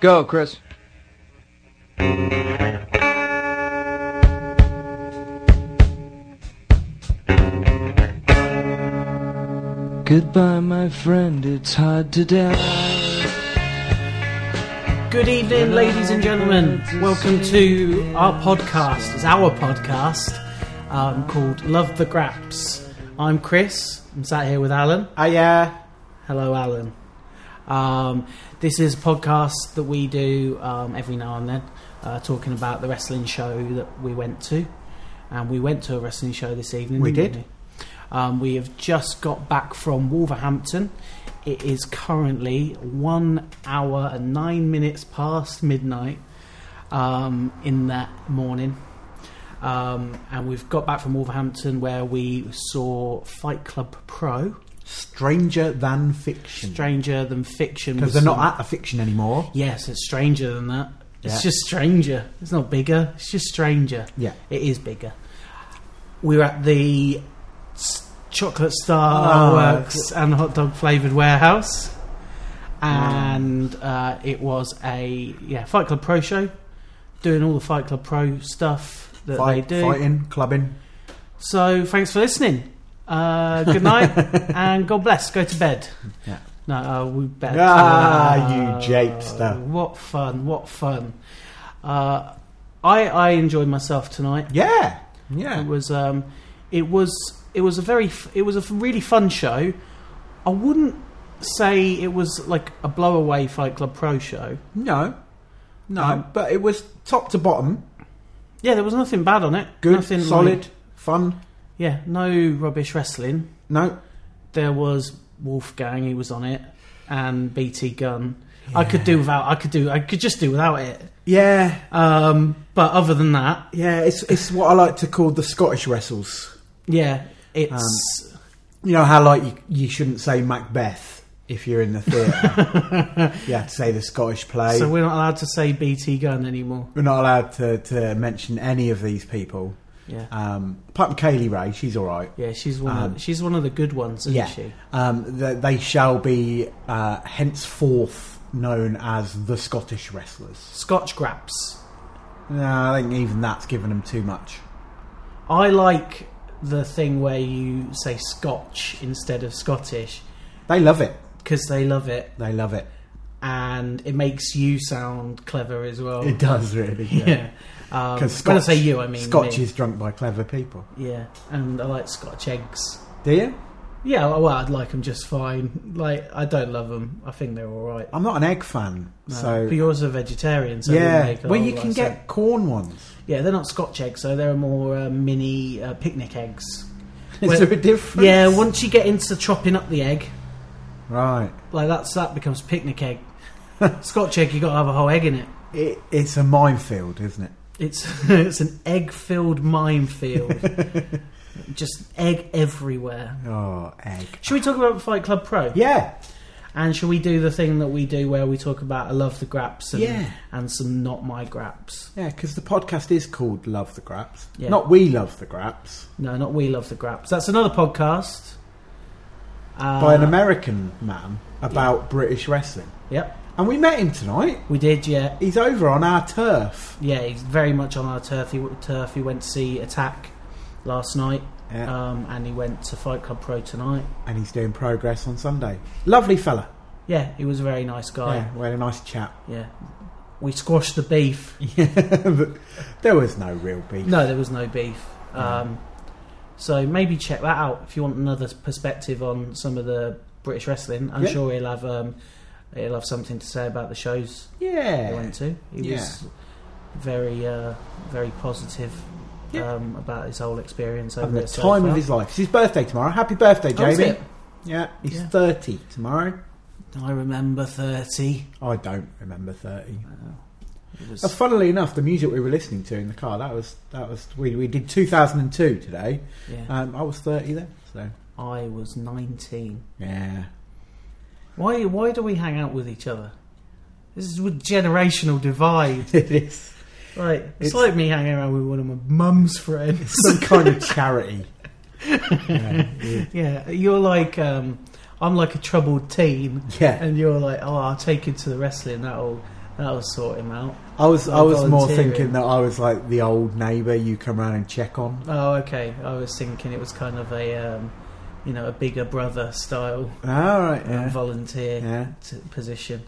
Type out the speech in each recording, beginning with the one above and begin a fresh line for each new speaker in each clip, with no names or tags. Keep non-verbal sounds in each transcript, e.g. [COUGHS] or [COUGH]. Go, Chris. Goodbye, my friend, it's hard to die.
Good evening, ladies and gentlemen. Welcome to our podcast. It's our podcast um, called Love the Graps. I'm Chris. I'm sat here with Alan.
I yeah.
Hello, Alan. Um, this is a podcast that we do um, every now and then, uh, talking about the wrestling show that we went to. And we went to a wrestling show this evening.
We
didn't
did.
we? Um, we have just got back from Wolverhampton. It is currently one hour and nine minutes past midnight um, in that morning. Um, and we've got back from Wolverhampton where we saw Fight Club Pro.
Stranger than fiction.
Stranger than fiction. was
Because they're
some-
not at a fiction anymore.
Yes, it's stranger than that. It's
Yeah.
just stranger. It's not bigger. It's just stranger.
Yeah.
It is bigger. We were at the S- Chocolate Star
Oh,
Works and Hot Dog Flavoured Warehouse. And uh, it was a yeah Fight Club Pro show, doing all the Fight Club Pro stuff that
Fight-
they do.
Fighting, clubbing.
So thanks for listening. Uh, good
[LAUGHS]
night and God bless. Go to bed.
Yeah.
No, uh, we better.
Ah, you
Uh,
japester.
What fun! What fun! Uh, I I enjoyed myself tonight.
Yeah. Yeah.
It was um, it was it was a very f- it was a f- really fun show. I wouldn't say it was like a blowaway Fight Club Pro show.
No. No.
Um,
but it was top to bottom.
Yeah, there was nothing bad on it.
Good.
nothing like-
solid. fun.
yeah, no rubbish wrestling.
No.
there was Wolfgang, he was on it, and BT Gun. I could do without. I could do. I could just do without it.
Yeah.
Um, but other than that,
Yeah. It's it's what I like to call the Scottish wrestles.
yeah, it's
Um, You know how like you, you shouldn't say Macbeth if you're in the theatre.
[LAUGHS]
you have to say the Scottish play.
so we're not allowed to say BT Gun anymore.
we're not allowed to, to mention any of these people.
Yeah,
Um, apart from Kaylee Ray, she's all right.
yeah, she's one.
um,
of, she's one of the good ones, isn't she?
Um, th- they shall be uh, henceforth known as the Scottish wrestlers.
Scotch Graps.
No, I think even that's given them too much.
I like the thing where you say Scotch instead of Scottish
They love it.
because they love it
They love it.
and it makes you sound clever as well.
It does really.
Yeah. Um, when I say you, I mean
Scotch
me.
is drunk by clever people.
Yeah, and I like Scotch eggs.
Do you?
Yeah, well, I'd like them just fine. Like, I don't love them. I think they're all right.
I'm not an egg fan,
No.
so
but you're also a vegetarian, so it wouldn't
yeah.
make a
Well,
lot
you
of
can
sense.
get corn ones. [LAUGHS]
yeah, they're not Scotch eggs, so they're more uh, mini uh, picnic eggs.
Is
Well,
there a difference?
Yeah, once you get into chopping up the egg,
Right.
like that's that becomes picnic
[LAUGHS]
egg. Scotch egg, you got to have a whole egg in it.
It, it's a minefield, isn't it?
It's [LAUGHS] it's an egg-filled
[LAUGHS]
minefield, just egg everywhere.
Oh, egg.
Should we talk about Fight Club Pro?
Yeah.
And shall we do the thing that we do where we talk about I love the graps and,
Yeah.
and some not my graps?
Yeah, because the podcast is called Love the Graps.
Yeah.
Not We Love the Graps.
No, not we love the graps. That's another podcast. Uh,
by an American man about British wrestling.
Yep,
And we met him tonight.
we did. Yeah,
He's over on our turf.
yeah. He's very much on our turf. He, turf. he went to see Attack last night,
Yeah.
um, and he went to Fight Club Pro tonight.
and he's doing progress on Sunday. Lovely fella.
Yeah, he was a very nice guy.
Yeah, we had a nice
[LAUGHS]
chat.
Yeah, we squashed the beef.
but there was no real beef.
No, there was no beef. Um, so maybe check that out if you want another perspective on some of the British wrestling. I'm
Yeah.
sure he'll have um, he'll have something to say about the shows he
Yeah.
went to. He was very uh, very positive
Yeah.
um, about his whole experience over
Having the
there so
time
far.
of his life. It's his birthday tomorrow. Happy birthday,
Oh, is
Jamie.
it?
Yeah, he's
Yeah.
30 tomorrow.
I remember thirty.
I don't remember 30.
It
Uh,
was,
funnily enough, the music we were listening to in the car, that was, that was, we, we did 2002 today.
yeah,
Um, I was 30 then, so.
I was nineteen.
Yeah. [LAUGHS]
Why why do we hang out with each other? This is a generational divide.
it is.
Right, it's,
It's-
like me hanging around with one of my mum's friends.
[LAUGHS] Some kind of charity. yeah. yeah.
yeah, you're like, um, I'm like a troubled teen,
Yeah.
and you're like, oh, I'll take you to the wrestling. That'll That'll sort him out.
I was I
Like
was more
volunteering.
thinking that I was like the old neighbour you come round and check on.
Oh, okay. I was thinking it was kind of a, um, you know, a bigger brother style
All right,
um,
yeah,
volunteer
yeah.
t- position.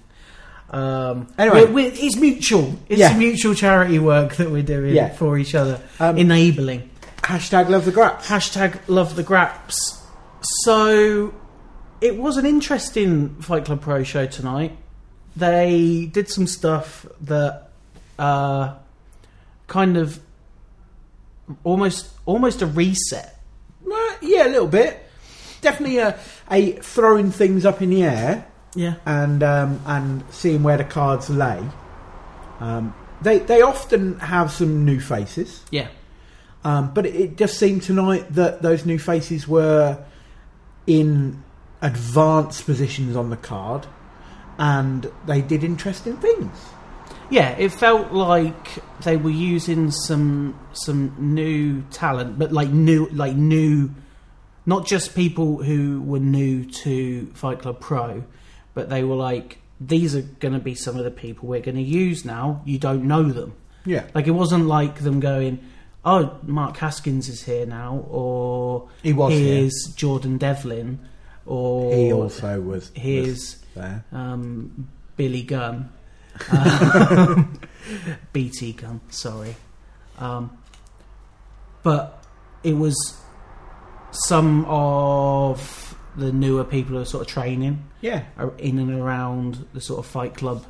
Um,
Anyway.
we're- we're- it's mutual. It's
Yeah.
mutual charity work that we're doing
Yeah.
for each other,
Um,
enabling.
hashtag love the graps.
Hashtag love the graps. So it was an interesting Fight Club Pro show tonight. They did some stuff that uh, kind of almost almost a reset.
Uh, yeah, a little bit. Definitely a, a throwing things up in the air
Yeah.
and um, and seeing where the cards lay. Um, they they often have some new faces,
Yeah.
um, but it, it just seemed tonight that those new faces were in advanced positions on the card, and they did interesting things.
Yeah, it felt like they were using some some new talent, but like new like new not just people who were new to Fight Club Pro, but they were like these are going to be some of the people we're going to use now. You don't know them.
Yeah,
Like it wasn't like them going, "Oh, Mark Haskins is here now," or
he was here.
"Here's Jordan Devlin," or
He also was, was
"Here's
there.
um, Billy Gunn, um, BT Gunn, sorry. Um, but it was some of the newer people who are sort of training
Yeah,
are in and around the sort of fight club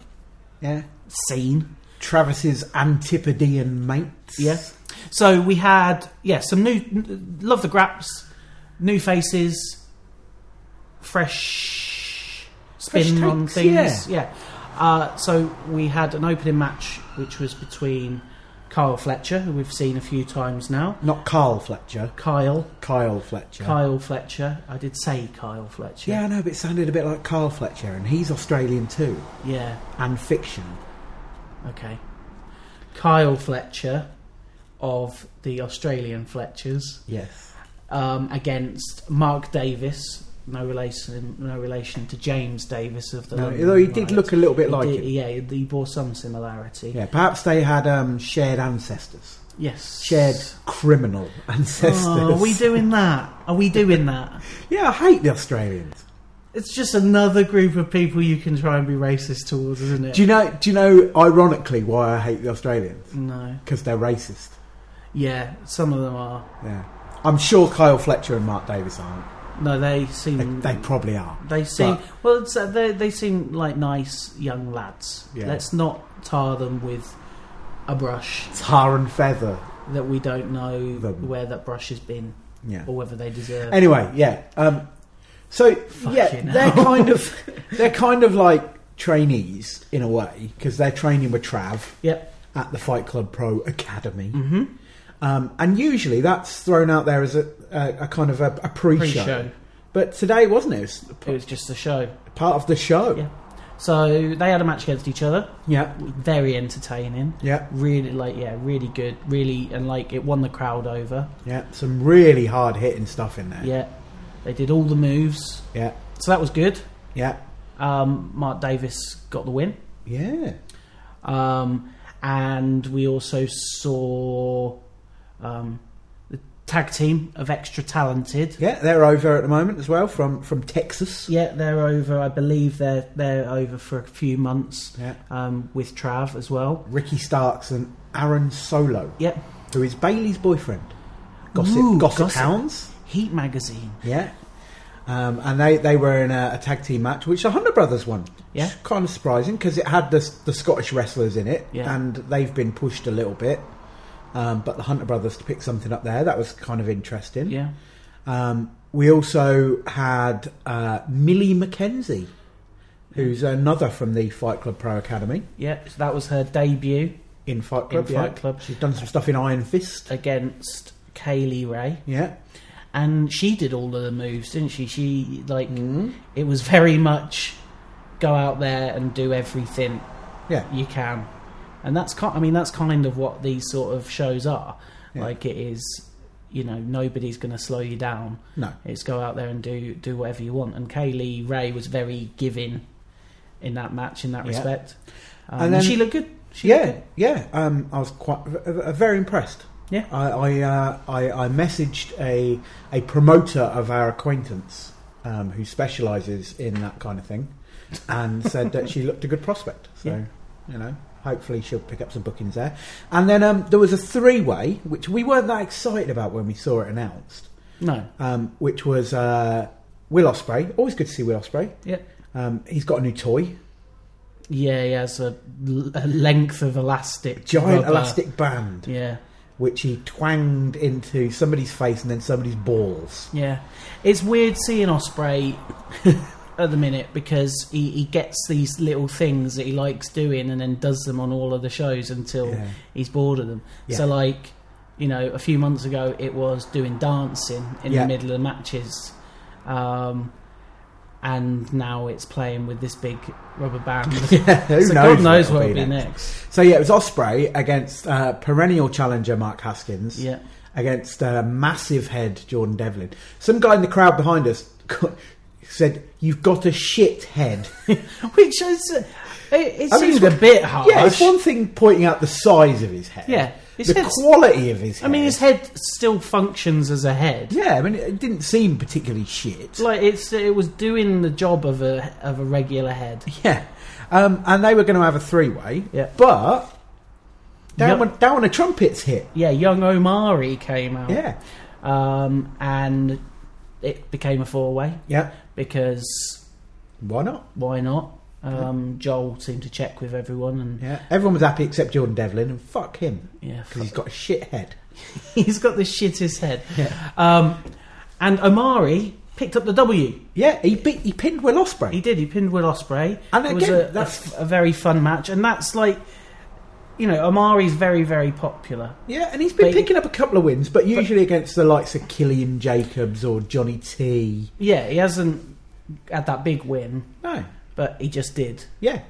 yeah.
scene.
Travis's Antipodean mates.
Yeah. So we had, yeah, some new, love the graps, new faces, fresh spin
Fresh
on
takes,
things. Yeah. Uh, so we had an opening match, which was between Kyle Fletcher, who we've seen a few times now.
Not Carl Fletcher.
Kyle,
Kyle Fletcher.
Kyle Fletcher. I did say Kyle Fletcher.
Yeah, I know, but it sounded a bit like Carl Fletcher, and he's Australian too,
Yeah.
and fiction.
Okay. Kyle Fletcher of the Australian Fletchers.
Yes.
um, against Mark Davis, no relation, no relation to James Davis of the.
No,
London
although he
Knights.
did look a little bit
He
like
did-
him.
Yeah, he- he bore some similarity.
Yeah, perhaps they had um, shared ancestors,
Yes,
shared criminal [LAUGHS]
[LAUGHS]
ancestors.
Oh, are we doing that? Are we doing that?
Yeah, I hate the Australians.
It's just another group of people you can try and be racist towards, isn't it?
Do you know? Do you know? Ironically, why I hate the Australians
no.
because they're racist.
Yeah, some of them are.
Yeah, I'm sure Kyle Fletcher and Mark Davis aren't.
No, they
They,
seem.
they probably are.
They seem well. It's, uh, they they seem like nice young lads.
Yeah.
Let's not tar them with a brush
Tar and feather.
that we don't know
Them.
where that brush has been
Yeah.
or whether they deserve.
Anyway, yeah. Um, so yeah,
Fucking
they're
hell. [LAUGHS]
kind of they're kind of like trainees in a way because they're training with Trav
Yep.
at the Fight Club Pro Academy,
Mm-hmm.
um, and usually that's thrown out there as a, a, a kind of a, a pre-show.
Pre-show.
But today wasn't it? It was
It was just a show.
part of the show.
Yeah. So they had a match against each other.
Yeah,
Very entertaining.
yeah,
Really, like, yeah, really good. Really, and like, it won the crowd over.
yeah. Some really hard hitting stuff in there.
Yeah. They did all the moves.
yeah,
So that was good.
yeah,
Um, Mark Davis got the win.
yeah.
Um, and we also saw um, the tag team of Extra Talented.
Yeah, They're over at the moment as well from from Texas.
Yeah, they're over. I believe they're they're over for a few months
Yeah.
um, with Trav as well.
Ricky Starks and Aaron Solo.
Yep,
who is Bailey's boyfriend. Gossip,
Ooh,
gossip,
gossip.
Hounds.
Heat Magazine.
Yeah. Um, and they, they were in a, a tag team match, which the Hunter Brothers won.
Yeah.
Which is kind of surprising because it had the, the Scottish wrestlers in it,
Yeah.
and they've been pushed a little bit. Um, but the Hunter Brothers to pick something up there, that was kind of interesting.
Yeah,
Um, we also had uh, Millie McKenzie, who's another from the Fight Club Pro Academy
yeah. So that was her debut
in Fight
in
Club. yeah.
Fight Club Uh,
She's done some stuff in Iron Fist.
against Kaylee Ray,
Yeah.
and she did all of the moves, didn't she? She like
Mm.
it was very much go out there and do everything
Yeah.
you can, and that's kind. I mean, that's kind of what these sort of shows are.
Yeah.
Like it is, you know, nobody's going to slow you down.
No.
It's go out there and do do whatever you want. And Kaylee Ray was very giving in that match in that
Yeah.
respect. Um,
And then-
she looked good. She looked
yeah,
good.
yeah. Um, I was quite uh, very impressed.
Yeah.
I I, uh, I I messaged a a promoter of our acquaintance um, who specialises in that kind of thing,
[LAUGHS]
and said that she looked a good prospect. So you know, hopefully she'll pick up some bookings there. And then um, there was a three way which we weren't that excited about when we saw it announced,
No.
um, which was uh, Will Osprey. Always good to see Will Osprey.
Yeah.
Um, he's got a new toy,
Yeah, he has a, l- a length of elastic.
giant
rubber.
elastic band.
Yeah,
which he twanged into somebody's face and then somebody's balls.
yeah. It's weird seeing Osprey [LAUGHS] at the minute because he, he gets these little things that he likes doing and then does them on all of the shows until
Yeah.
he's bored of them.
Yeah.
So, like, you know, a few months ago it was doing dancing in
Yeah.
the middle of the matches. Um, and now it's playing with this big rubber
[LAUGHS]
band.
Who
so
knows
God knows
what'll
what
be
will be
next.
next.
So yeah, it was Osprey against uh, perennial challenger Mark Haskins
Yeah.
against uh, massive head Jordan Devlin. Some guy in the crowd behind us [LAUGHS] said, "You've got a
[LAUGHS]
shit head."
Which is, uh, it, it
I mean,
seems
the-
a bit harsh.
Yeah, it's one thing pointing out the size of his head.
Yeah, his
the
head's-
quality of his.
I mean,
head.
his head still functions as a head.
yeah, I mean, it didn't seem particularly shit.
Like it's it was doing the job of a of a regular head.
[LAUGHS] Yeah, um, and they were going to have a three-way.
Yeah.
but down
Yep.
when down when a trumpets hit.
Yeah, young Omari came out.
Yeah,
Um, and it became a four way
yeah.
because
Why not?
why not? Um, Joel seemed to check with everyone, and
Yeah, everyone was happy except Jordan Devlin, and fuck him
yeah,
because he's got a shit head.
[LAUGHS] he's got the shittest head. Um, and Omari picked up the W.
Yeah, he beat, he pinned Will
He
Osprey.
did. He pinned Will Osprey.
And
it was
again,
a,
that's-
a, a very fun match, and that's like, you know, Amari's very very popular.
Yeah, and he's been
But-
picking up a couple of wins, but usually against the likes of Killian Jacobs or Johnny T.
Yeah, he hasn't had that big win,
No,
but he just did.
yeah,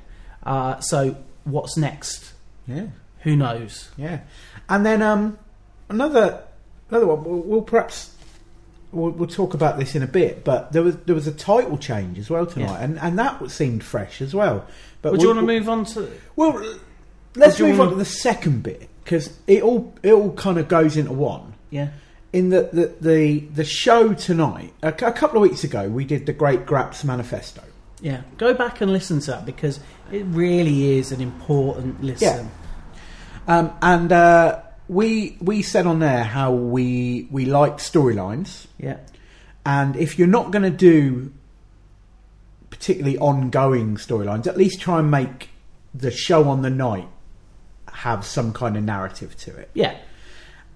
Uh, so what's next?
yeah,
Who knows?
yeah. And then um, another another one. We'll, we'll perhaps we'll, we'll talk about this in a bit, but there was there was a title change as well tonight,
Yeah.
and and that seemed fresh as well. But
Would
we'll-
you want to move on to?
Well, let's
do you
move on
wanna-
to the second bit because it all it all kind of goes into one.
Yeah,
In the the the, the show tonight, a, cou- a couple of weeks ago, we did the Great Graps Manifesto.
yeah. Go back and listen to that because it really is an important listen.
Um, and uh, we we said on there how we we like storylines,
Yeah,
and if you're not going to do particularly ongoing storylines, at least try and make the show on the night have some kind of narrative to it.
yeah,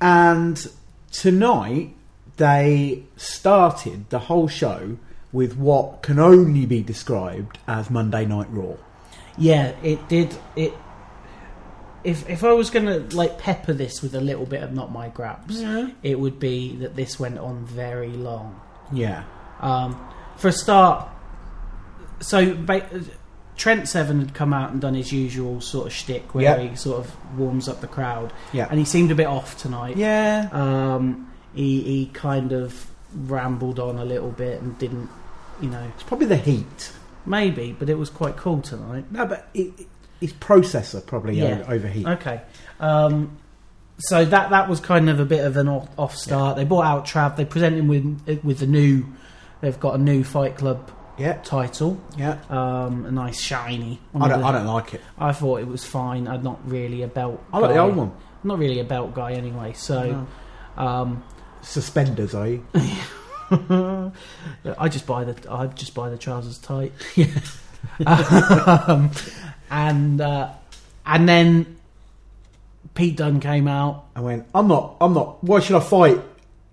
And tonight they started the whole show with what can only be described as Monday Night Raw.
yeah. it did it. If, if I was gonna like pepper this with a little bit of not my graps,
Yeah.
it would be that this went on very long.
Yeah.
Um, for a start, so ba- Trent Seven had come out and done his usual sort of shtick where
Yeah.
he sort of warms up the crowd,
Yeah.
and he seemed a bit off tonight.
yeah.
Um, he he kind of rambled on a little bit and didn't, you know,
It's probably the heat.
maybe, but it was quite cool tonight.
No, but it, it- his processor probably
Yeah.
o- overheat.
Okay. Um, so that that was kind of a bit of an off, off start. They brought out Trav. They presented him with with the new. They've got a new Fight Club
Yeah.
title.
Yeah.
um, a nice shiny.
I don't, I don't like it.
I thought it was fine. I'm not really a belt.
I like the
guy.
old one.
I'm not really a belt guy anyway. So, um,
Suspenders, eh? are you? [LAUGHS]
I just buy the I just buy the trousers tight. um, and uh, and then Pete Dunne came out.
I went, I'm not, I'm not, why should I fight?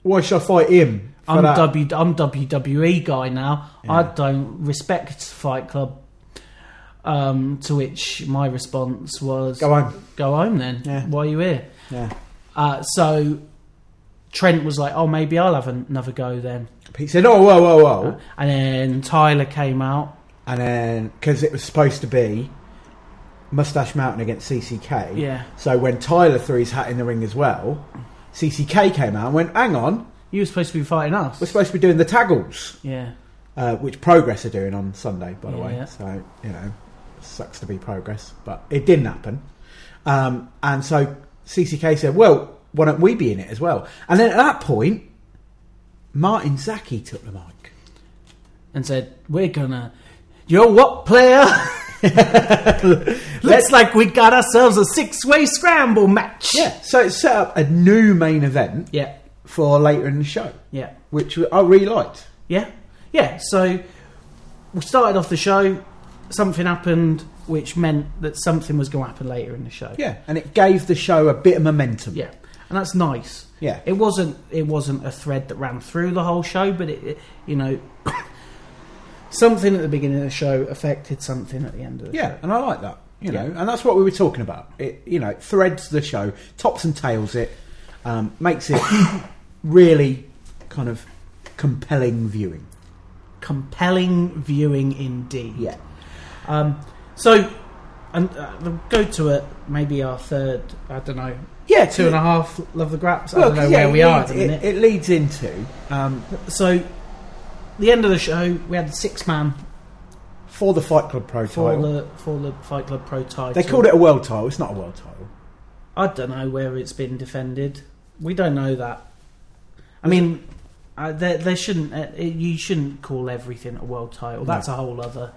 Why should I fight him? for
I'm
that?
W I'm WWE guy now. I don't respect Fight Club. Um, to which my response was,
Go on.
go home then.
Yeah.
Why are you here?"
Yeah.
Uh, so Trent was like, "Oh, maybe I'll have another go then."
Pete said, oh, whoa, whoa, whoa.
And then Tyler came out.
and then because it was supposed to be Mustache Mountain against CCK.
Yeah.
So when Tyler threw his hat in the ring as well, CCK came out and went, "Hang on,
You were supposed to be fighting us.
we're supposed to be doing the taggles,
yeah,
uh, which Progress are doing on Sunday, by the
Yeah,
way."
yeah.
So you know, sucks to be progress, but it didn't happen. Um, and so CCK said, well, why don't we be in it as well? And then at that point, Martin Zaki took the mic.
and said, "We're gonna, yo, what player? [LAUGHS] Looks like we got ourselves a six-way scramble match."
Yeah, so it set up a new main event
yeah,
for later in the show,
yeah,
which I really liked.
yeah, yeah. So we started off the show. Something happened, which meant that something was going to happen later in the show.
Yeah, and it gave the show a bit of momentum.
yeah, and that's nice.
Yeah.
It wasn't it wasn't a thread that ran through the whole show, but it, it- you know [COUGHS] something at the beginning of the show affected something at the end of the
Yeah,
show.
and I like that. You know,
Yeah.
and that's what we were talking about. It, you know, it threads the show, tops and tails it, um, makes it [COUGHS] really kind of compelling viewing.
Compelling viewing indeed.
Yeah,
Um, so and uh, we'll go to a, maybe our third. I don't know.
yeah,
Two and a half love the graps. I don't know where we are at the
it,
minute.
it leads into um,
so, the end of the show, we had six man
for the Fight Club Pro
for
title.
the for the Fight Club Pro title.
they called it a world title. It's not a world title.
I don't know where it's been defended. We don't know that. I mean, uh, there, there shouldn't. Uh, you shouldn't call everything a world title. That's a whole other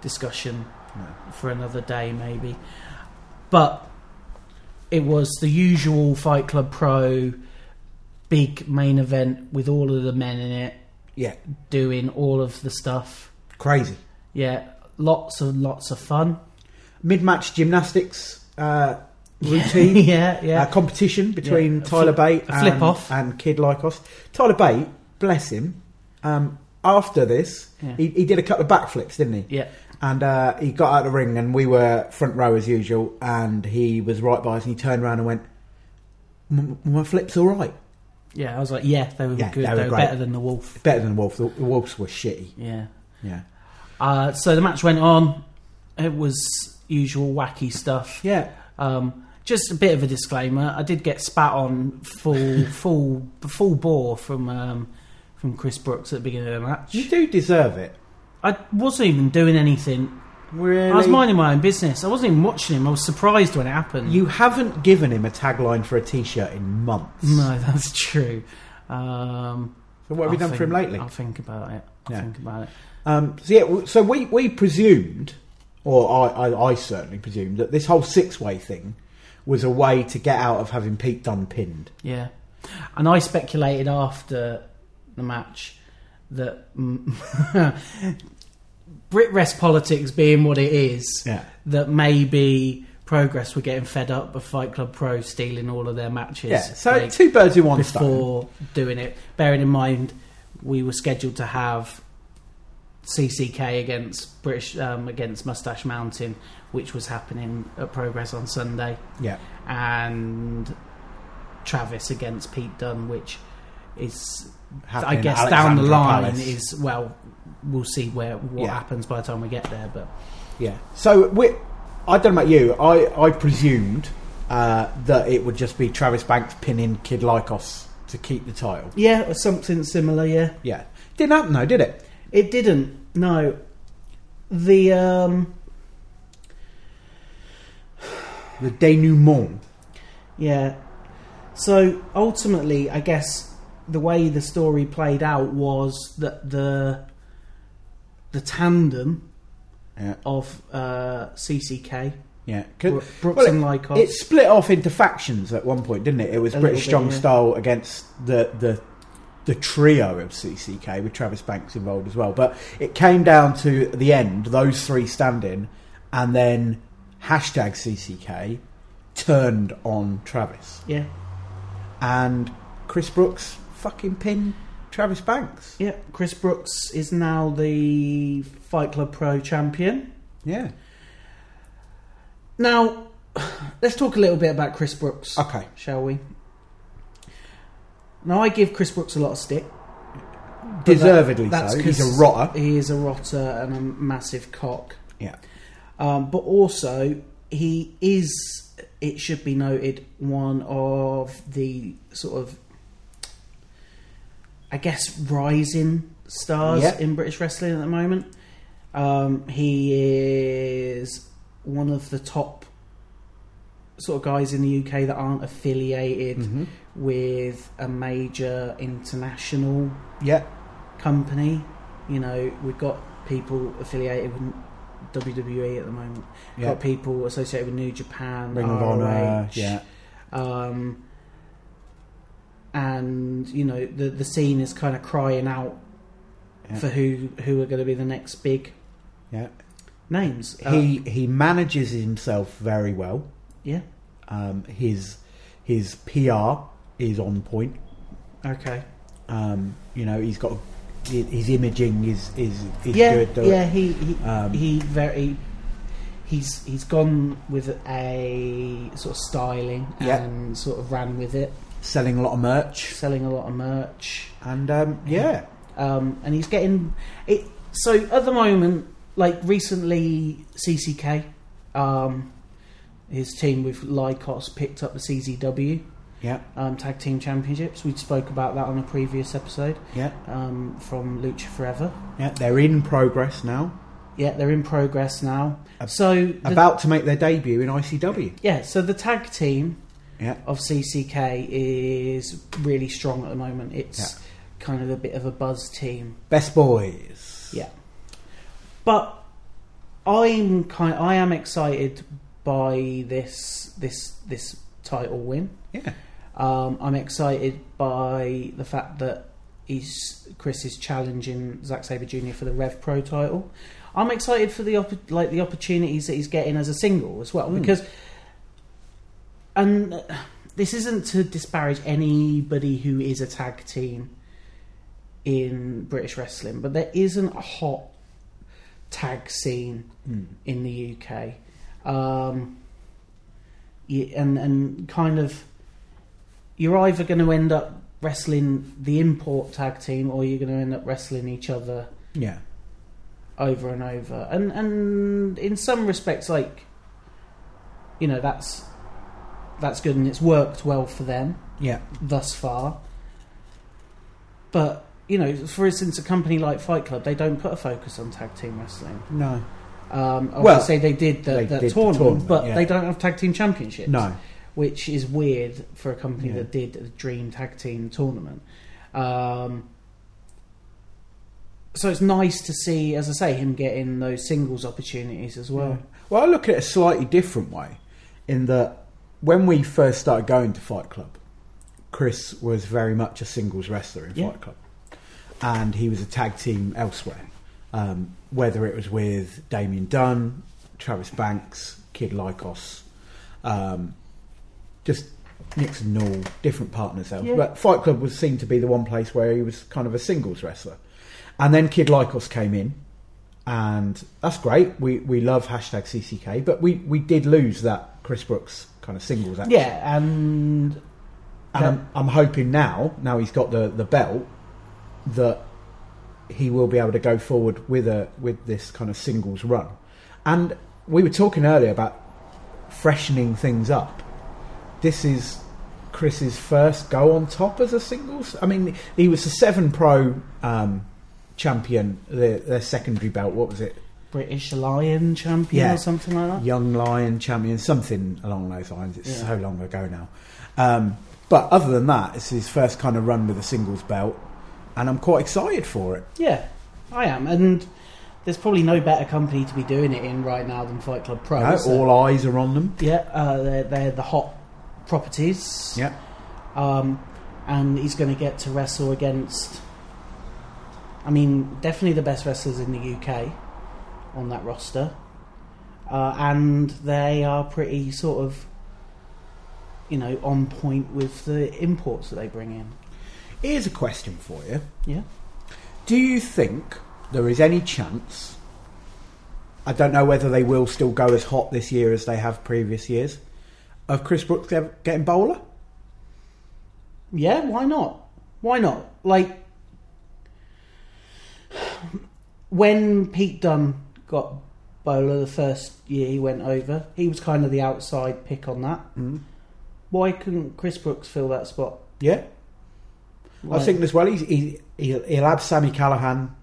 discussion
No.
for another day, maybe. But it was the usual Fight Club Pro big main event with all of the men in it
Yeah,
doing all of the stuff.
crazy.
Yeah, lots and lots of fun.
Mid-match gymnastics uh,
[LAUGHS]
routine.
yeah, yeah.
uh, competition between
Yeah, a
Tyler
flip-
Bate
a flip
and,
off.
and Kid Lycos. Tyler Bate, bless him, um, after this,
Yeah.
he, he did a couple of backflips, didn't he?
yeah.
And uh, he got out of the ring, and we were front row as usual, and he was right by us, and he turned around and went, "M- My flip's all right.
Yeah, I was like, yeah, they were
Yeah,
good.
they
They
were
were,
great.
better than the Wolf.
Better than the Wolves. The, the Wolves were shitty.
Yeah.
Yeah.
Uh, so the match went on. It was usual wacky stuff.
Yeah.
Um, just a bit of a disclaimer. I did get spat on
[LAUGHS]
full, full, full bore from um, from Chris Brooks at the beginning of the
You
match.
do deserve it.
I wasn't even doing anything.
Really?
I was minding my own business. I wasn't even watching him. I was surprised when it happened.
You haven't given him a tagline for a t shirt in
[LAUGHS]
months.
No, that's true. Um,
So, what have
I'll
you done for him
think-
lately?
I'll think about it. I'll
Yeah.
think about it.
Um, so yeah, w- so we, we presumed, or I, I, I certainly presumed that this whole six way thing was a way to get out of having Pete Dunne pinned.
Yeah, and I speculated after the match that mm, [LAUGHS] Brit rest politics being what it is,
Yeah.
that maybe Progress were getting fed up of Fight Club Pro stealing all of their matches.
Yeah. So
like,
two birds with one stone.
before doing it, bearing in mind we were scheduled to have CCK against British um, against Mustache Mountain, which was happening at Progress on Sunday
Yeah.
and Travis against Pete Dunn, which is, I
Happening at
guess, down the
Alexandra
line
Palace.
is well, we'll see where what
Yeah.
happens by the time we get there. But
Yeah. So we, I don't know about you. I I presumed uh, that it would just be Travis Banks pinning Kid Lycos to keep the title.
yeah, or something similar. Yeah,
Yeah. Didn't happen though, did it?
it didn't. No, the um,
The denouement.
yeah. So ultimately, I guess the way the story played out was that the the tandem
Yeah.
of uh, CCK
Yeah. 'Cause-
Bro- Brooks
well, it-
and Lycos.
It split off into factions at one point, didn't it? It was
A
British
little
Strong
bit, yeah.
Style against the, the the trio of CCK with Travis Banks involved as well. But it came down to the end, those three standing, and then hashtag CCK turned on Travis
yeah,
and Chris Brooks fucking pinned Travis Banks.
Yeah, Chris Brooks is now the Fight Club Pro champion.
Yeah.
Now, [SIGHS] let's talk a little bit about Chris Brooks,
Okay.
shall we? Now, I give Chris Brooks a lot of stick. but
Deservedly
that-
so.
'cause
He's a rotter.
He is a rotter and a massive cock.
Yeah.
Um, but also, he is, it should be noted, one of the sort of, I guess, rising stars
Yeah.
in British wrestling at the moment. Um, he is one of the top sort of guys in the UK that aren't affiliated
Mhm.
with a major international
Yeah.
company. You know, we've got people affiliated with WWE at the moment. We've
Yeah.
Got people associated with New Japan,
Ring of
ROH,
Honor. Yeah.
um, and you know the the scene is kind of crying out
Yeah.
for who who are going to be the next big
Yeah.
names. Uh,
He he manages himself very well.
yeah,
Um, his his PR is on point.
okay,
Um, you know, he's got his imaging is is, is
yeah,
good.
yeah. He he,
Um,
he very he's he's gone with a sort of styling
Yeah.
and sort of ran with it,
selling a lot of merch,
selling a lot of merch.
and um, yeah,
um, and he's getting it. So at the moment, like recently, CCK, um, his team with Lycos picked up the CZW
yeah,
um, Tag Team Championships. We spoke about that on a previous episode
yeah,
um, from Lucha Forever.
yeah. They're in progress now,
Yeah, they're in progress now.
Ab-
So the,
about to make their debut in ICW.
yeah, so the tag team
Yeah,
of CCK is really strong at the moment. It's kind of a bit of a buzz team.
best boys.
Yeah. But I'm kind I am excited by this this this title win.
yeah,
Um, I'm excited by the fact that he's Chris is challenging Zack Sabre Jr. for the Rev Pro title. I'm excited for the oppo- like the opportunities that he's getting as a single as well
Mm.
because and uh, this isn't to disparage anybody who is a tag team in British wrestling, but there isn't a hot tag scene
Mm.
in the UK, um, y- and and kind of you're either going to end up wrestling the import tag team or you're going to end up wrestling each other
yeah,
over and over, and and in some respects, like you know that's that's good and it's worked well for them
yeah.
thus far. But you know, for instance, a company like Fight Club, they don't put a focus on tag team wrestling.
No,
Um, I
Well,
would say they did the,
they
the
did the
tournament,
tournament,
but
yeah.
they don't have tag team championships.
no.
which is weird for a company
Yeah.
that did the Dream Tag Team tournament. Um, so it's nice to see, as I say, him getting those singles opportunities as well.
Yeah. Well, I look at it a slightly different way, in that when we first started going to Fight Club, Chris was very much a singles wrestler in
Yeah.
Fight Club, and he was a tag team elsewhere, um, whether it was with Damien Dunn, Travis Banks, Kid Lycos, um, just Nix and Null, different partners. Out.
Yeah.
But Fight Club was seemed to be the one place where he was kind of a singles wrestler. And then Kid Lycos came in, and that's great. We we love hashtag CCK, but we, we did lose that Chris Brooks kind of singles action.
Yeah, and
and I'm, I'm hoping now, now he's got the, the belt, that he will be able to go forward with a with this kind of singles run. And we were talking earlier about freshening things up. This is Chris's first go on top as a singles. I mean, he was the seven pro um, champion, their, their secondary belt. What was it?
British Lion champion
Yeah.
or something like that.
Young Lion champion, something along those lines. It's
Yeah.
so long ago now. Um, but other than that, it's his first kind of run with a singles belt, and I'm quite excited for it.
Yeah, I am, and there's probably no better company to be doing it in right now than Fight Club Pro.
You know,
Oh, is there?
all eyes are on them.
Yeah, uh, they're, they're the hot properties.
Yeah,
Um, and he's going to get to wrestle against, I mean, definitely the best wrestlers in the UK on that roster. Uh, and they are pretty sort of, you know, on point with the imports that they bring in.
here's a question for you:
Yeah.
Do you think there is any chance? I don't know whether they will still go as hot this year as they have previous years. Of Chris Brooks get- getting bowler?
Yeah, why not? Why not? Like when Pete Dunne got bowler the first year he went over, he was kind of the outside pick on that.
Mm.
Why couldn't Chris Brooks fill that spot?
Yeah, I
Like,
think as well. He's, he, he'll, he'll have Sammy Callahan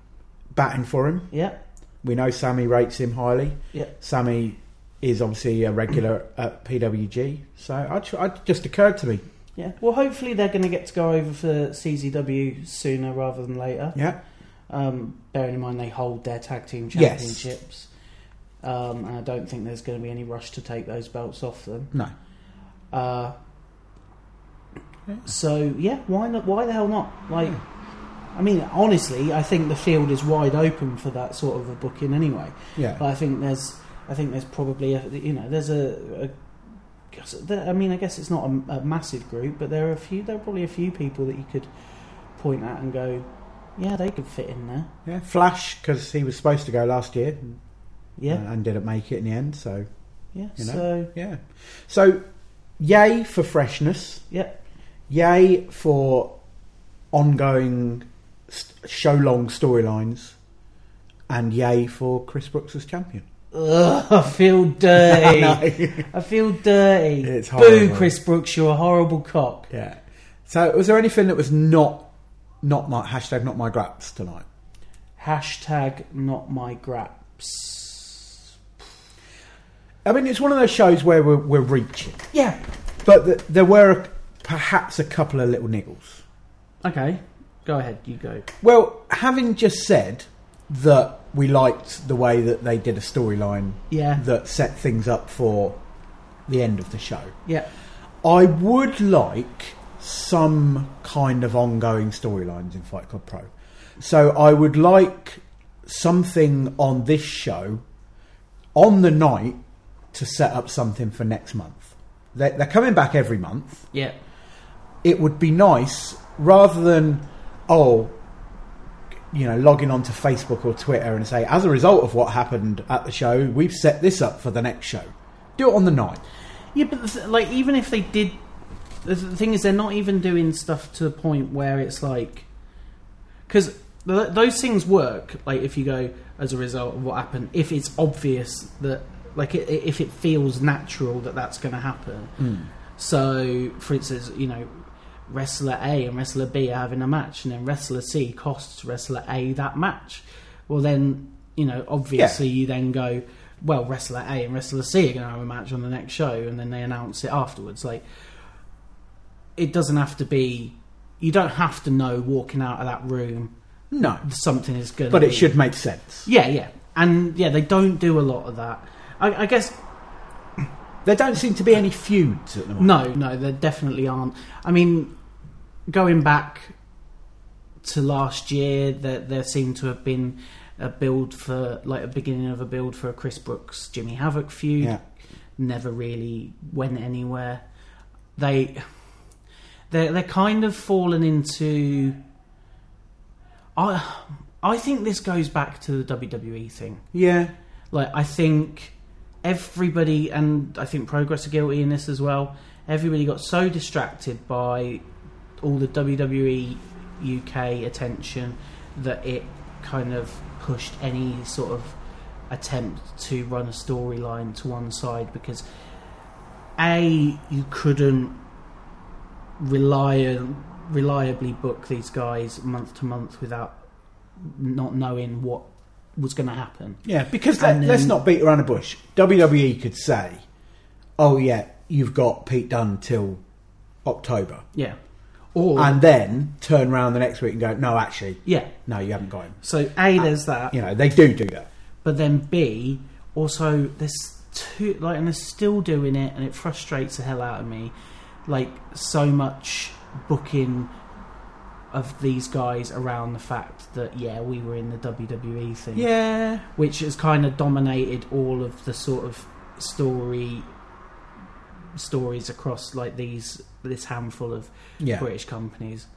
batting for him.
yeah,
We know Sammy rates him highly.
Yeah.
Sammy is obviously a regular at PWG, so I, tr- I it just occurred to me.
Yeah. Well, hopefully they're going to get to go over for CZW sooner rather than later.
Yeah,
Um, bearing in mind they hold their tag team
Yes.
championships. Um, and I don't think there's going to be any rush to take those belts off them.
no,
Uh,
Yeah.
so yeah, why not? Why the hell not? Like, I mean, honestly, I think the field is wide open for that sort of a booking anyway.
yeah,
But I think there's, I think there's probably a, you know, there's a, a guess- there- I mean, I guess it's not a, a massive group, but there are a few. There are probably a few people that you could point at and go, yeah, they could fit in there.
yeah. Flash because he was supposed to go last year,
Yeah,
and, and didn't make it in the end. So
yeah.
Uh, you know.
So
yeah, so yay for freshness.
yeah,
Yay for ongoing st- show long storylines, and yay for Chris Brooks as champion.
Ugh, I
[LAUGHS]
feel dirty.
I know.
I feel dirty.
It's
Boo,
horrible.
Chris Brooks, you're a horrible cock.
yeah. So, was there anything that was not not my hashtag not my graps tonight?
Hashtag not my graps.
I mean, it's one of those shows where we're, we're reaching,
Yeah.
but th there were a, perhaps a couple of little niggles.
Okay. Go ahead. You go.
Well, having just said that we liked the way that they did a storyline
Yeah.
that set things up for the end of the show,
Yeah.
I would like some kind of ongoing storylines in Fight Club Pro. So I would like something on this show on the night to set up something for next month. They're, they're coming back every month.
Yeah.
It would be nice rather than, oh, you know, logging onto Facebook or Twitter and say, as a result of what happened at the show, we've set this up for the next show. Do it on the night.
Yeah, but the th- like, even if they did, the th- thing is, they're not even doing stuff to the point where it's like, because th- those things work. Like, if you go as a result of what happened, if it's obvious that, like, i i- if it feels natural that that's going to happen. So, for instance, you know, wrestler A and wrestler B are having a match, and then wrestler C costs wrestler A that match. Well, then, you know, obviously you then go, well, wrestler A and wrestler C are going to have a match on the next show, and then they announce it afterwards. Like, it doesn't have to be, you don't have to know walking out of that room
No.
something is going to
But it should make sense.
Yeah, yeah. And yeah, they don't do a lot of that. I, I guess
There don't seem to be any feuds at the moment.
No, no, there definitely aren't. I mean, going back to last year, there, there seemed to have been a build for, like, a beginning of a build for a Chris Brooks Jimmy Havoc feud.
Yeah.
Never really went anywhere. They. They're, they're kind of fallen into. I, I think this goes back to the WWE thing.
Yeah.
Like I think everybody, and I think Progress are guilty in this as well. Everybody got so distracted by all the WWE UK attention that it kind of pushed any sort of attempt to run a storyline to one side because a you couldn't rely reliably book these guys month to month without not knowing what was going to happen.
Yeah. Because let,
And then-
let's not beat around the bush. WWE could say, oh, yeah, you've got Pete Dunne till October.
Yeah. Or
And then turn around the next week and go, no, actually,
yeah.
no, you haven't got him.
So A, there's that,
You know, they do do that.
but then B, also there's two like, and they're still doing it, and it frustrates the hell out of me. Like so much booking of these guys around the fact that yeah, we were in the WWE thing,
Yeah.
which has kind of dominated all of the sort of story stories across like these this handful of
Yeah.
British companies.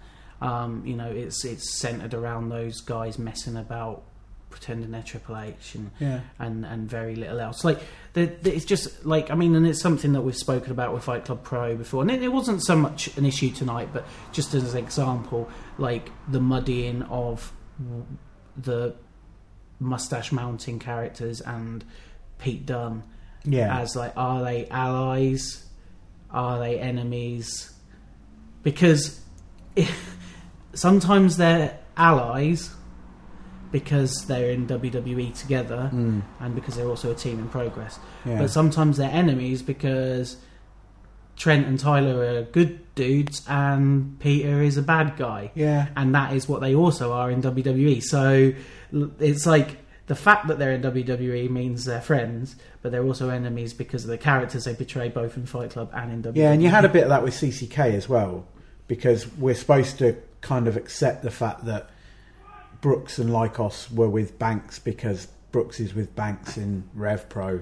Um, you know, it's it's centered around those guys messing about, pretending they're Triple H and
Yeah.
and, and very little else. Like the, the, it's just like I mean, and it's something that we've spoken about with Fight Club Pro before, and it, it wasn't so much an issue tonight, but just as an example, like the muddying of the mustache mounting characters and Pete Dunne
Yeah.
as like are they allies are they enemies because sometimes they're allies because they're in WWE together
Mm,
and because they're also a team in progress.
yeah.
But sometimes they're enemies because Trent and Tyler are good dudes and Peter is a bad guy
yeah.
and that is what they also are in WWE. So l- it's like the fact that they're in WWE means they're friends, but they're also enemies because of the characters they portray both in Fight Club and in E. WWE.
Yeah, and you had a bit of that with CCK as well, because we're supposed to kind of accept the fact that Brooks and Lycos were with Banks because Brooks is with Banks in Rev Pro.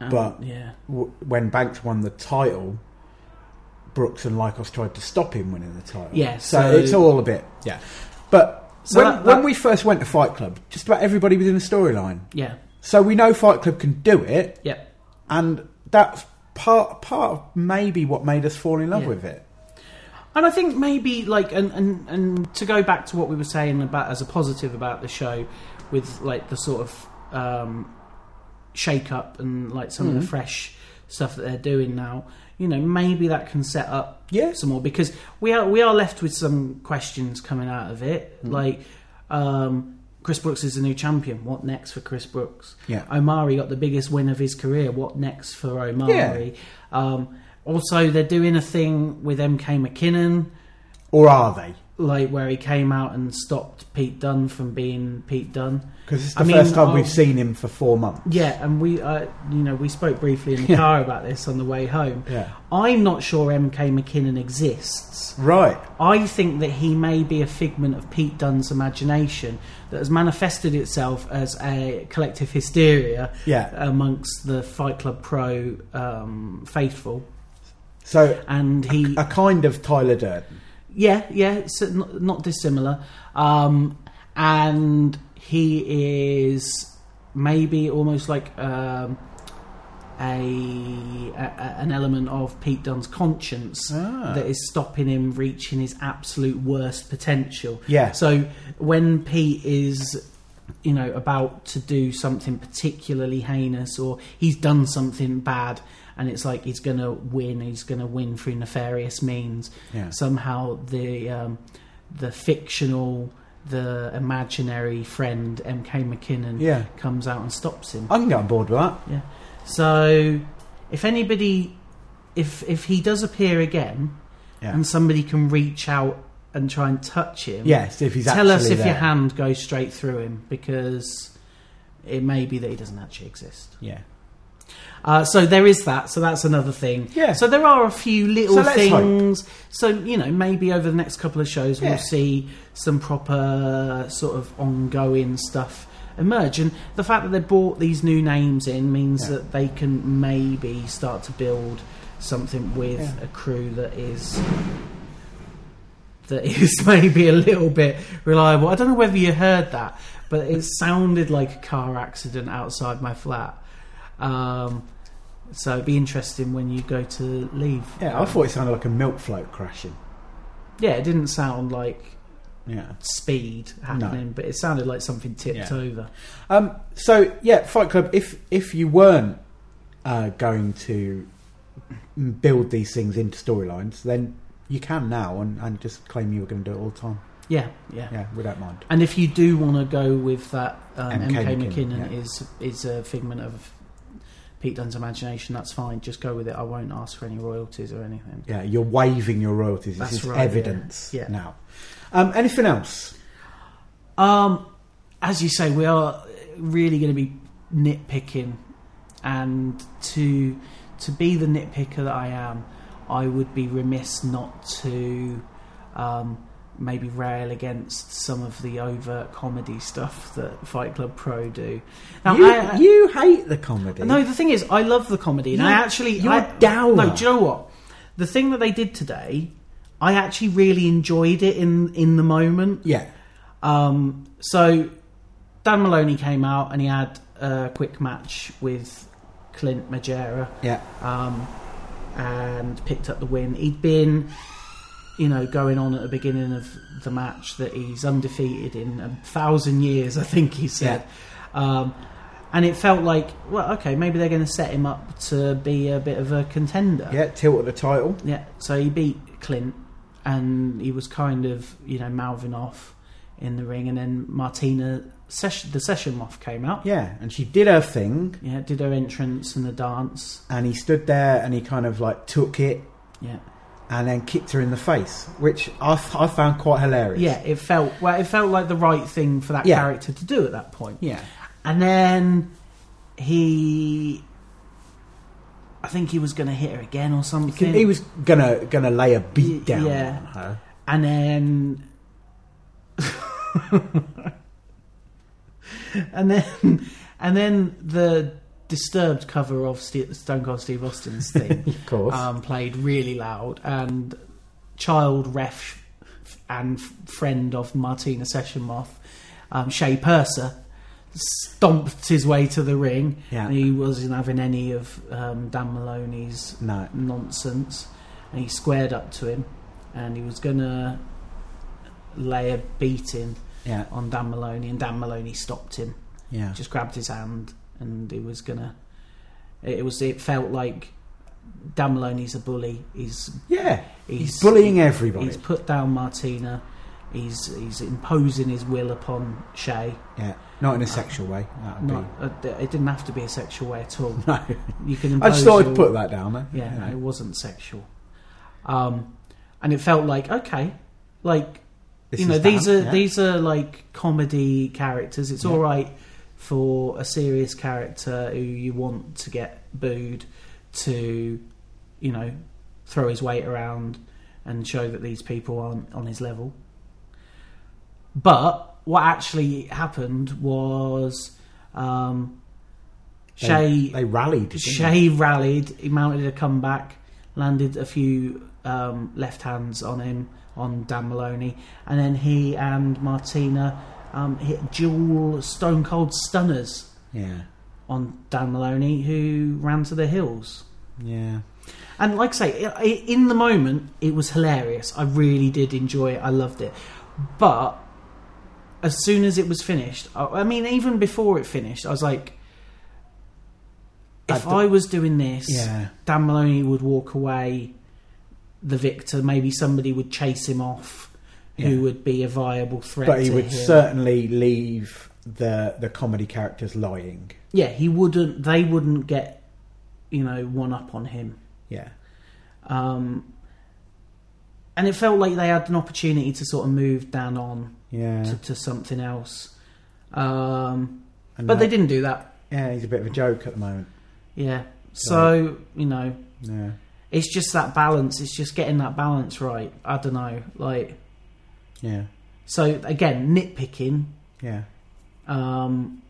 Um,
but-
yeah,
W- When Banks won the title, Brooks and Lycos tried to stop him winning the title.
Yeah,
so,
so-
it's all a bit. Yeah, but
So
when,
that-
when
that-
we first went to Fight Club, just about everybody was in a storyline.
yeah,
So we know Fight Club can do it,
yep.
and that's part part of maybe what made us fall in love
Yeah.
with it.
And I think maybe like and, and and to go back to what we were saying about as a positive about the show, with like the sort of um, shake up and like some of the
Mhm.
fresh stuff that they're doing now. You know, maybe that can set up
Yes.
some more because we are we are left with some questions coming out of it. Like um, Chris Brooks is the new champion. What next for Chris Brooks?
Yeah.
Omari got the biggest win of his career. What next for Omari? Um, also, they're doing a thing with MK McKinnon,
Or are they?
like where he came out and stopped Pete Dunn from being Pete Dunn.
Because it's the
I mean, oh.
first time
I'll-
we've seen him for four months.
Yeah, and we, uh, you know, we spoke briefly in the car about this on the way home.
Yeah.
I'm not sure MK McKinnon exists.
Right.
I think that he may be a figment of Pete Dunn's imagination that has manifested itself as a collective hysteria
Yeah.
amongst the Fight Club pro um, faithful.
So
And
[LAUGHS]
he,
a kind of Tyler Durden.
yeah, yeah, it's not, not dissimilar. Um, and he is maybe almost like um, a, a- a- an element of Pete Dunn's conscience
Ah.
that is stopping him reaching his absolute worst potential.
Yeah.
So when Pete is, you know, about to do something particularly heinous or he's done something bad and it's like he's going to win, he's going to win through nefarious means,
Yeah.
somehow the um, the fictional, the imaginary friend MK McKinnon
Yeah.
comes out and stops him.
I can get on board with that.
So if anybody if if he does appear again
Yeah.
and somebody can reach out and try and touch him
Yes, if he's
tell us
actually
if your
there.
hand goes straight through him because it may be that he doesn't actually exist.
Yeah.
Uh, so there is that. So that's another thing.
Yeah.
So there are a few little
So let's
things. So you know, maybe over the next couple of shows
Yeah.
we'll see some proper sort of ongoing stuff emerge. And the fact that they brought these new names in means
Yeah.
that they can maybe start to build something with
Yeah.
a crew that is that [LAUGHS] is maybe a little bit reliable. I don't know whether you heard that, but it sounded like a car accident outside my flat. Um, so it'd be interesting when you go to leave.
Yeah, I thought it sounded like a milk float crashing.
Yeah, it didn't sound like
Yeah.
speed happening, but it sounded like something tipped
Yeah.
over.
Um, so yeah, Fight Club. If if you weren't uh, going to build these things into storylines, then you can now and, and just claim you were going to do it all the time.
Yeah, yeah.
Yeah, we don't mind.
And if you do want to go with that, um,
MK
MK,
McKinnon,
McKinnon,
yeah.
is is a figment of Pete Dunn's imagination. That's fine. Just go with it. I won't ask for any royalties or anything.
Yeah, you're waiving your royalties.
That's
this is
right, yeah.
evidence
Yeah.
now. Um, anything else?
Um, as you say, we are really going to be nitpicking, and to to be the nitpicker that I am, I would be remiss not to um, maybe rail against some of the overt comedy stuff that Fight Club Pro do. Now,
you,
I,
you hate the comedy.
no, the thing is, I love the comedy, and I
You're-
actually
you're
I,
dour.
No, do you know what? The thing that they did today, I actually really enjoyed it in in the moment.
Yeah.
Um, so Dan Maloney came out and he had a quick match with Clint Majera
Yeah.
um, and picked up the win. He'd been, you know, going on at the beginning of the match that he's undefeated in a thousand years, I think he said. Um, and it felt like, well, okay, maybe they're going to set him up to be a bit of a contender.
Yeah. Tilt at the title.
Yeah, so he beat Clint, and he was kind of you know mouthing off in the ring, and then Martina session, the session moth came out.
Yeah, and she did her thing,
Yeah, did her entrance and the dance.
and he stood there and he kind of like took it
Yeah,
and then kicked her in the face, which I, f- I found quite hilarious.
yeah. It felt well. It felt like the right thing for that
Yeah.
character to do at that point.
yeah,
And then he, I think he was going to hit her again or something.
he was gonna gonna lay a beat
Y-
down
yeah.
on her.
and then and then and then the disturbed cover of Ste Stone Cold Steve Austin's thing
Of course,
um, played really loud and child ref and friend of Martina Session Moth um, Shay Purser stomped his way to the ring
Yeah.
he wasn't having any of um, Dan Maloney's
no.
nonsense and he squared up to him and he was gonna lay a beating
Yeah,
on Dan Maloney and Dan Maloney stopped him
yeah,
just grabbed his hand and he was gonna it it was it felt like Dan Maloney's a bully he's
yeah.
he's,
He's, bullying everybody.
he's put down Martina he's he's imposing his will upon Shay
yeah, not in a sexual way. That would
not uh, it didn't have to be a sexual way at all
be no. [LAUGHS]
you can
I
impose
just thought
your-
I'd put that down there.
yeah,
You
no,
know.
it wasn't sexual um and it felt like okay like
This
you know
is
these
Dan,
are
yeah.
these are like comedy characters it's
Yeah.
all right for a serious character who you want to get booed to you know throw his weight around and show that these people aren't on his level but what actually happened was um
They-
Shay
They rallied. didn't they?
Shay rallied, he mounted a comeback, landed a few um, left hands on him, on Dan Maloney, and then he and Martina um, hit dual stone cold stunners
Yeah,
on Dan Maloney, who ran to the hills.
yeah.
And like I say, i- i- in the moment, it was hilarious. I really did enjoy it. I loved it. But as soon as it was finished, I I mean, even before it finished, I was like, if
I'd-
I was doing this,
Yeah.
Dan Maloney would walk away the victor. Maybe somebody would chase him off,
Yeah.
who would be a viable threat.
But he
to
would
him.
certainly leave the the comedy characters lying.
yeah, he wouldn't. They wouldn't get, you know, one up on him.
Yeah,
Um, and it felt like they had an opportunity to sort of move Dan on
yeah.
to, to something else. Um,
And
but
that-
they didn't do that.
Yeah, he's a bit of a joke at the moment.
Yeah. So, you know,
Yeah,
it's just that balance. It's just getting that balance right. I don't know. Like,
yeah,
so again, nitpicking.
yeah.
Um,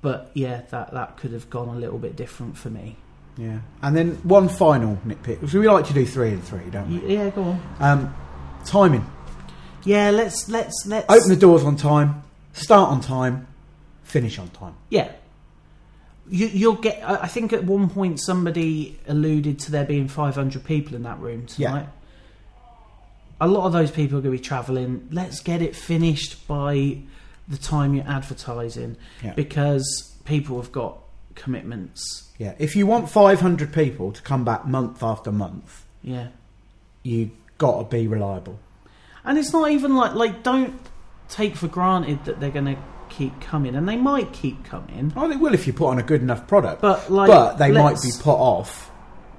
but yeah, that, that could have gone a little bit different for me.
Yeah, and then one final nitpick. because We like to do three and three, don't
Y-
we?
Yeah, go on.
Um, timing.
Yeah, let's, let's, let's.
Open the doors on time. Start on time. Finish on time.
Yeah. You, you'll get. I I think at one point somebody alluded to there being 500 people in that room
Yeah.
tonight. A lot of those people are going to be travelling. Let's get it finished by the time you're advertising
Yeah.
because people have got commitments.
Yeah. If you want five hundred people to come back month after month,
Yeah.
you got to be reliable.
And it's not even like like don't take for granted that they're going to keep coming and they might keep coming.
Oh, they will if you put on a good enough product.
But like
but they might
let's-
be put off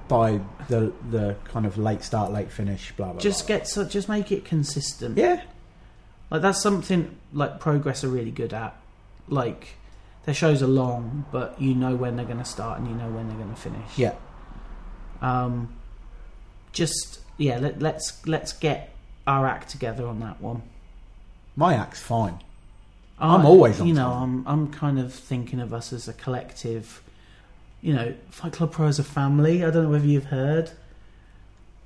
by the the kind of late start, late finish, blah blah.
just
blah.
get so just make it consistent.
yeah,
Like that's something like Progress are really good at. Like their shows are long, but you know when they're going to start and you know when they're going to finish.
yeah,
Um, just yeah, let, let's let's get our act together on that one.
my act's fine.
I-
always on
you know
time.
I'm I'm kind of thinking of us as a collective. You know, Fight Club Pro is a family. I don't know whether you've heard.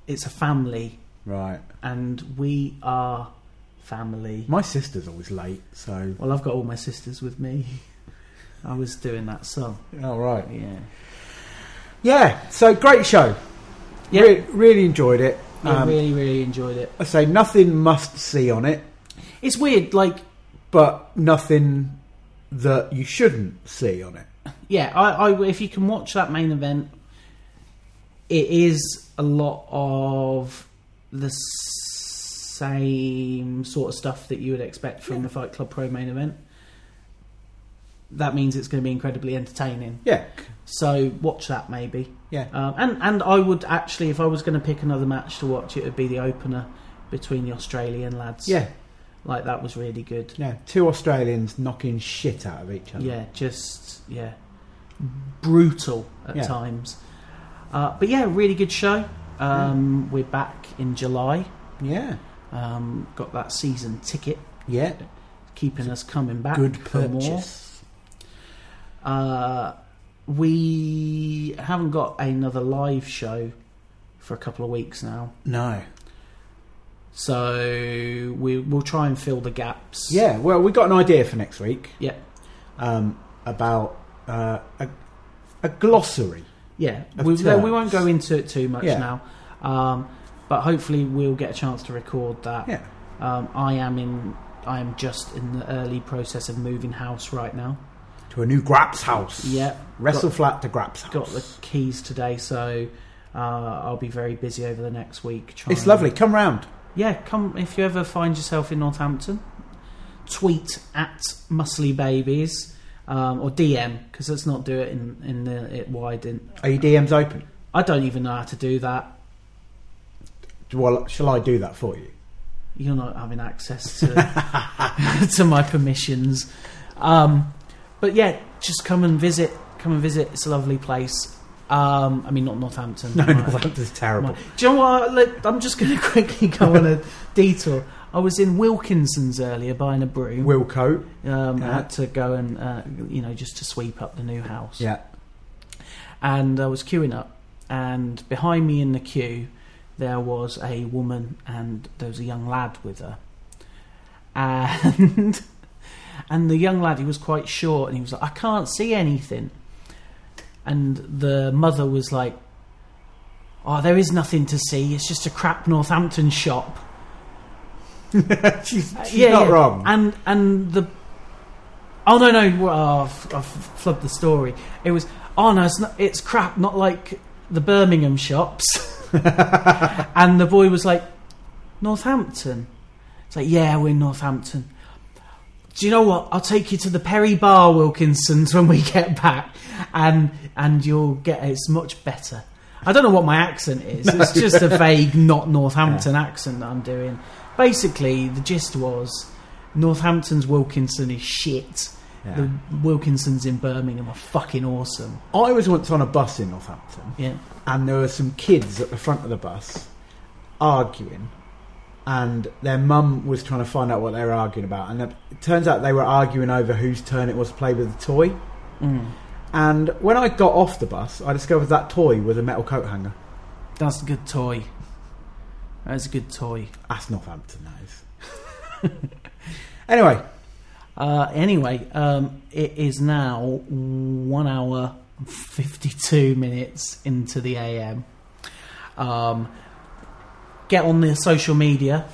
It's a family,
Right,
and we are family.
my sister's always late, so
Well, I've got all my sisters with me. [LAUGHS] I was doing that song.
all right.
Yeah.
Yeah, so great show.
Yeah.
Re- really enjoyed it.
Yeah,
Um,
really, really enjoyed it.
I say nothing must see on it,
It's weird, like,
but nothing that you shouldn't see on it.
yeah, I, I, if you can watch that main event, it is a lot of the same sort of stuff that you would expect from the Fight Club Pro main event. that means it's going to be incredibly entertaining.
Yeah.
So watch that maybe.
Yeah.
Um, and and I would actually, if I was going to pick another match to watch, it would be the opener between the Australian lads.
Yeah.
Like that was really good.
Yeah. Two Australians knocking shit out of each other.
Yeah, just yeah, brutal at
Yeah.
times. Uh, but yeah, really good show. Um, We're back in July.
Yeah.
Um, got that season ticket,
Yeah.
keeping us coming back.
Good
for more.
purchase.
Uh, we haven't got another live show for a couple of weeks now,
No.
so we we'll try and fill the gaps.
Yeah. Well, we got an idea for next week.
Yeah.
Um, about uh, a, a glossary.
Yeah,
of
we, no, we
terms.
won't go into it too much
Yeah.
now, um, but hopefully we'll get a chance to record that.
Yeah.
Um, I am in. I am just in the early process of moving house right now.
To a new Graps house.
Yeah,
Wrestle flat to Graps house.
got the keys today, so uh, I'll be very busy over the next week. Trying.
it's lovely. Come round.
Yeah, come if you ever find yourself in Northampton, tweet at Muscly Babies um, or DM because let's not do it in in the it wide. In,
Are your DMs open?
I don't even know how to do that.
Well, shall I do that for you? [LAUGHS]
you're not having access to to [LAUGHS] my permissions. Um, but yeah, just come and visit. Come and visit. It's a lovely place. Um, I mean, not Northampton.
[LAUGHS] No,
My-
no, that is terrible.
my- Do you know what? Look, I'm just going to [LAUGHS] quickly go on a detour. I was in Wilkinson's earlier buying a broom.
Wilco. [LAUGHS]
Um, I
Yeah.
had to go and uh, you know just to sweep up the new house.
Yeah.
And I was queuing up, and behind me in the queue, there was a woman and there was a young lad with her. And [LAUGHS] and the young lad, he was quite short, and he was like, "I can't see anything." And the mother was like, "Oh, there is nothing to see. It's just a crap Northampton shop."
she's
Uh,
she's not wrong.
And and the oh no no well, oh, I've, I've flubbed the story. It was oh no it's not, it's crap. Not like the Birmingham
[LAUGHS]
shops. and the boy was like Northampton. It's like yeah we're in Northampton. Do you know what? I'll take you to the Perry Bar Wilkinsons when we get back, and and you'll get it's much better. I don't know what my accent is. It's just a vague, not Northampton accent that I'm doing. Basically, the gist was Northampton's Wilkinson is shit.
Yeah.
The Wilkinsons in Birmingham are fucking awesome.
I was once on a bus in Northampton,
Yeah,
and there were some kids at the front of the bus arguing, and their mum was trying to find out what they were arguing about, and it turns out they were arguing over whose turn it was to play with the toy.
Mm.
And when I got off the bus, I discovered that toy was a metal coat hanger.
that's a good toy. That's a good toy.
That's Northampton,
[LAUGHS]
that is. anyway,
Uh, anyway, um, it is now one hour and fifty-two minutes into the AM. Um, get on the social media.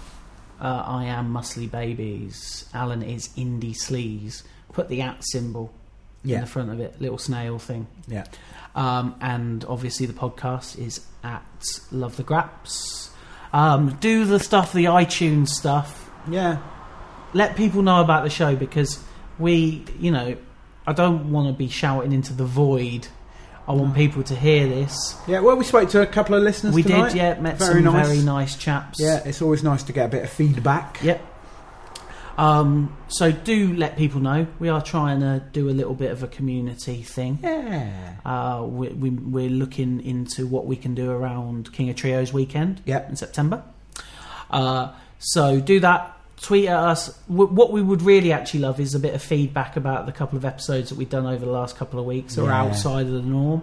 Uh, I am Muscly Babies. Alan is Indie Sleaze. Put the at symbol in
yeah,
the front of it, little snail thing.
yeah,
Um, and obviously, the podcast is at Love the Graps. Um, do the stuff, the iTunes stuff
yeah.
let people know about the show because we, you know, I don't want to be shouting into the void. I
Mm.
want people to hear this.
Yeah, well, we spoke to a couple of listeners
we
tonight.
did, yeah, met
Very
some
nice.
very nice chaps.
Yeah, it's always nice to get a bit of feedback.
Yep. Um, so do let people know. We are trying to do a little bit of a community thing.
Yeah.
Uh, we, we, we're looking into what we can do around King of Trios weekend
Yep.
in September. Uh, so do that. Tweet at us. W- what we would really actually love is a bit of feedback about the couple of episodes that we've done over the last couple of weeks or
Yeah.
outside of the norm.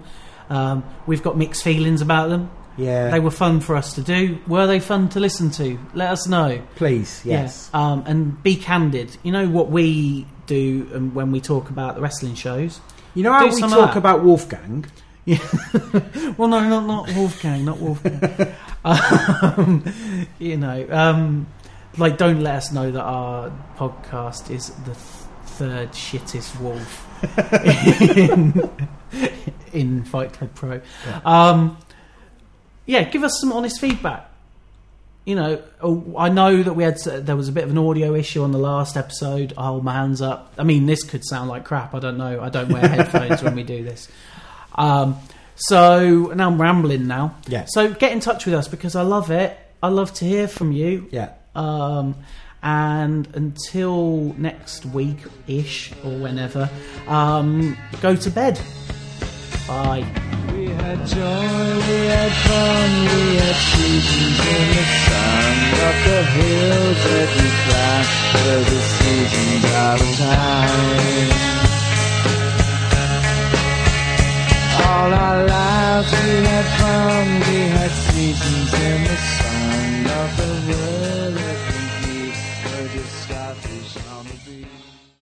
Um, we've got mixed feelings about them.
Yeah.
They were fun for us to do. Were they fun to listen to? Let us know.
Please, yes.
Yeah. Um, and be candid. You know what we do and when we talk about the wrestling shows.
You know how
Do
we
some of
talk
that.
about Wolfgang?
Well, no, not not Wolfgang, not Wolfgang. um, [LAUGHS] you know, um, like don't let us know that our podcast is the th- third shittest wolf in, [LAUGHS] in Fight Club Pro.
Yeah.
Um, yeah, give us some honest feedback. you know, oh, I know that we had there was a bit of an audio issue on the last episode. I hold my hands up. I mean, this could sound like crap. I don't know. I don't
[LAUGHS]
wear headphones when we do this. Um, so now I'm rambling now.
Yeah.
So get in touch with us because I love it. I love to hear from you.
Yeah.
Um, and until next week ish or whenever, um, go to bed. Bye.
We had joy, we had fun, we had seasons in the sun. Up the hills that we climbed, were the seasons out of time. All our lives we had fun, we had seasons in the sun. Up the world that we keep, were just starfish on the beach.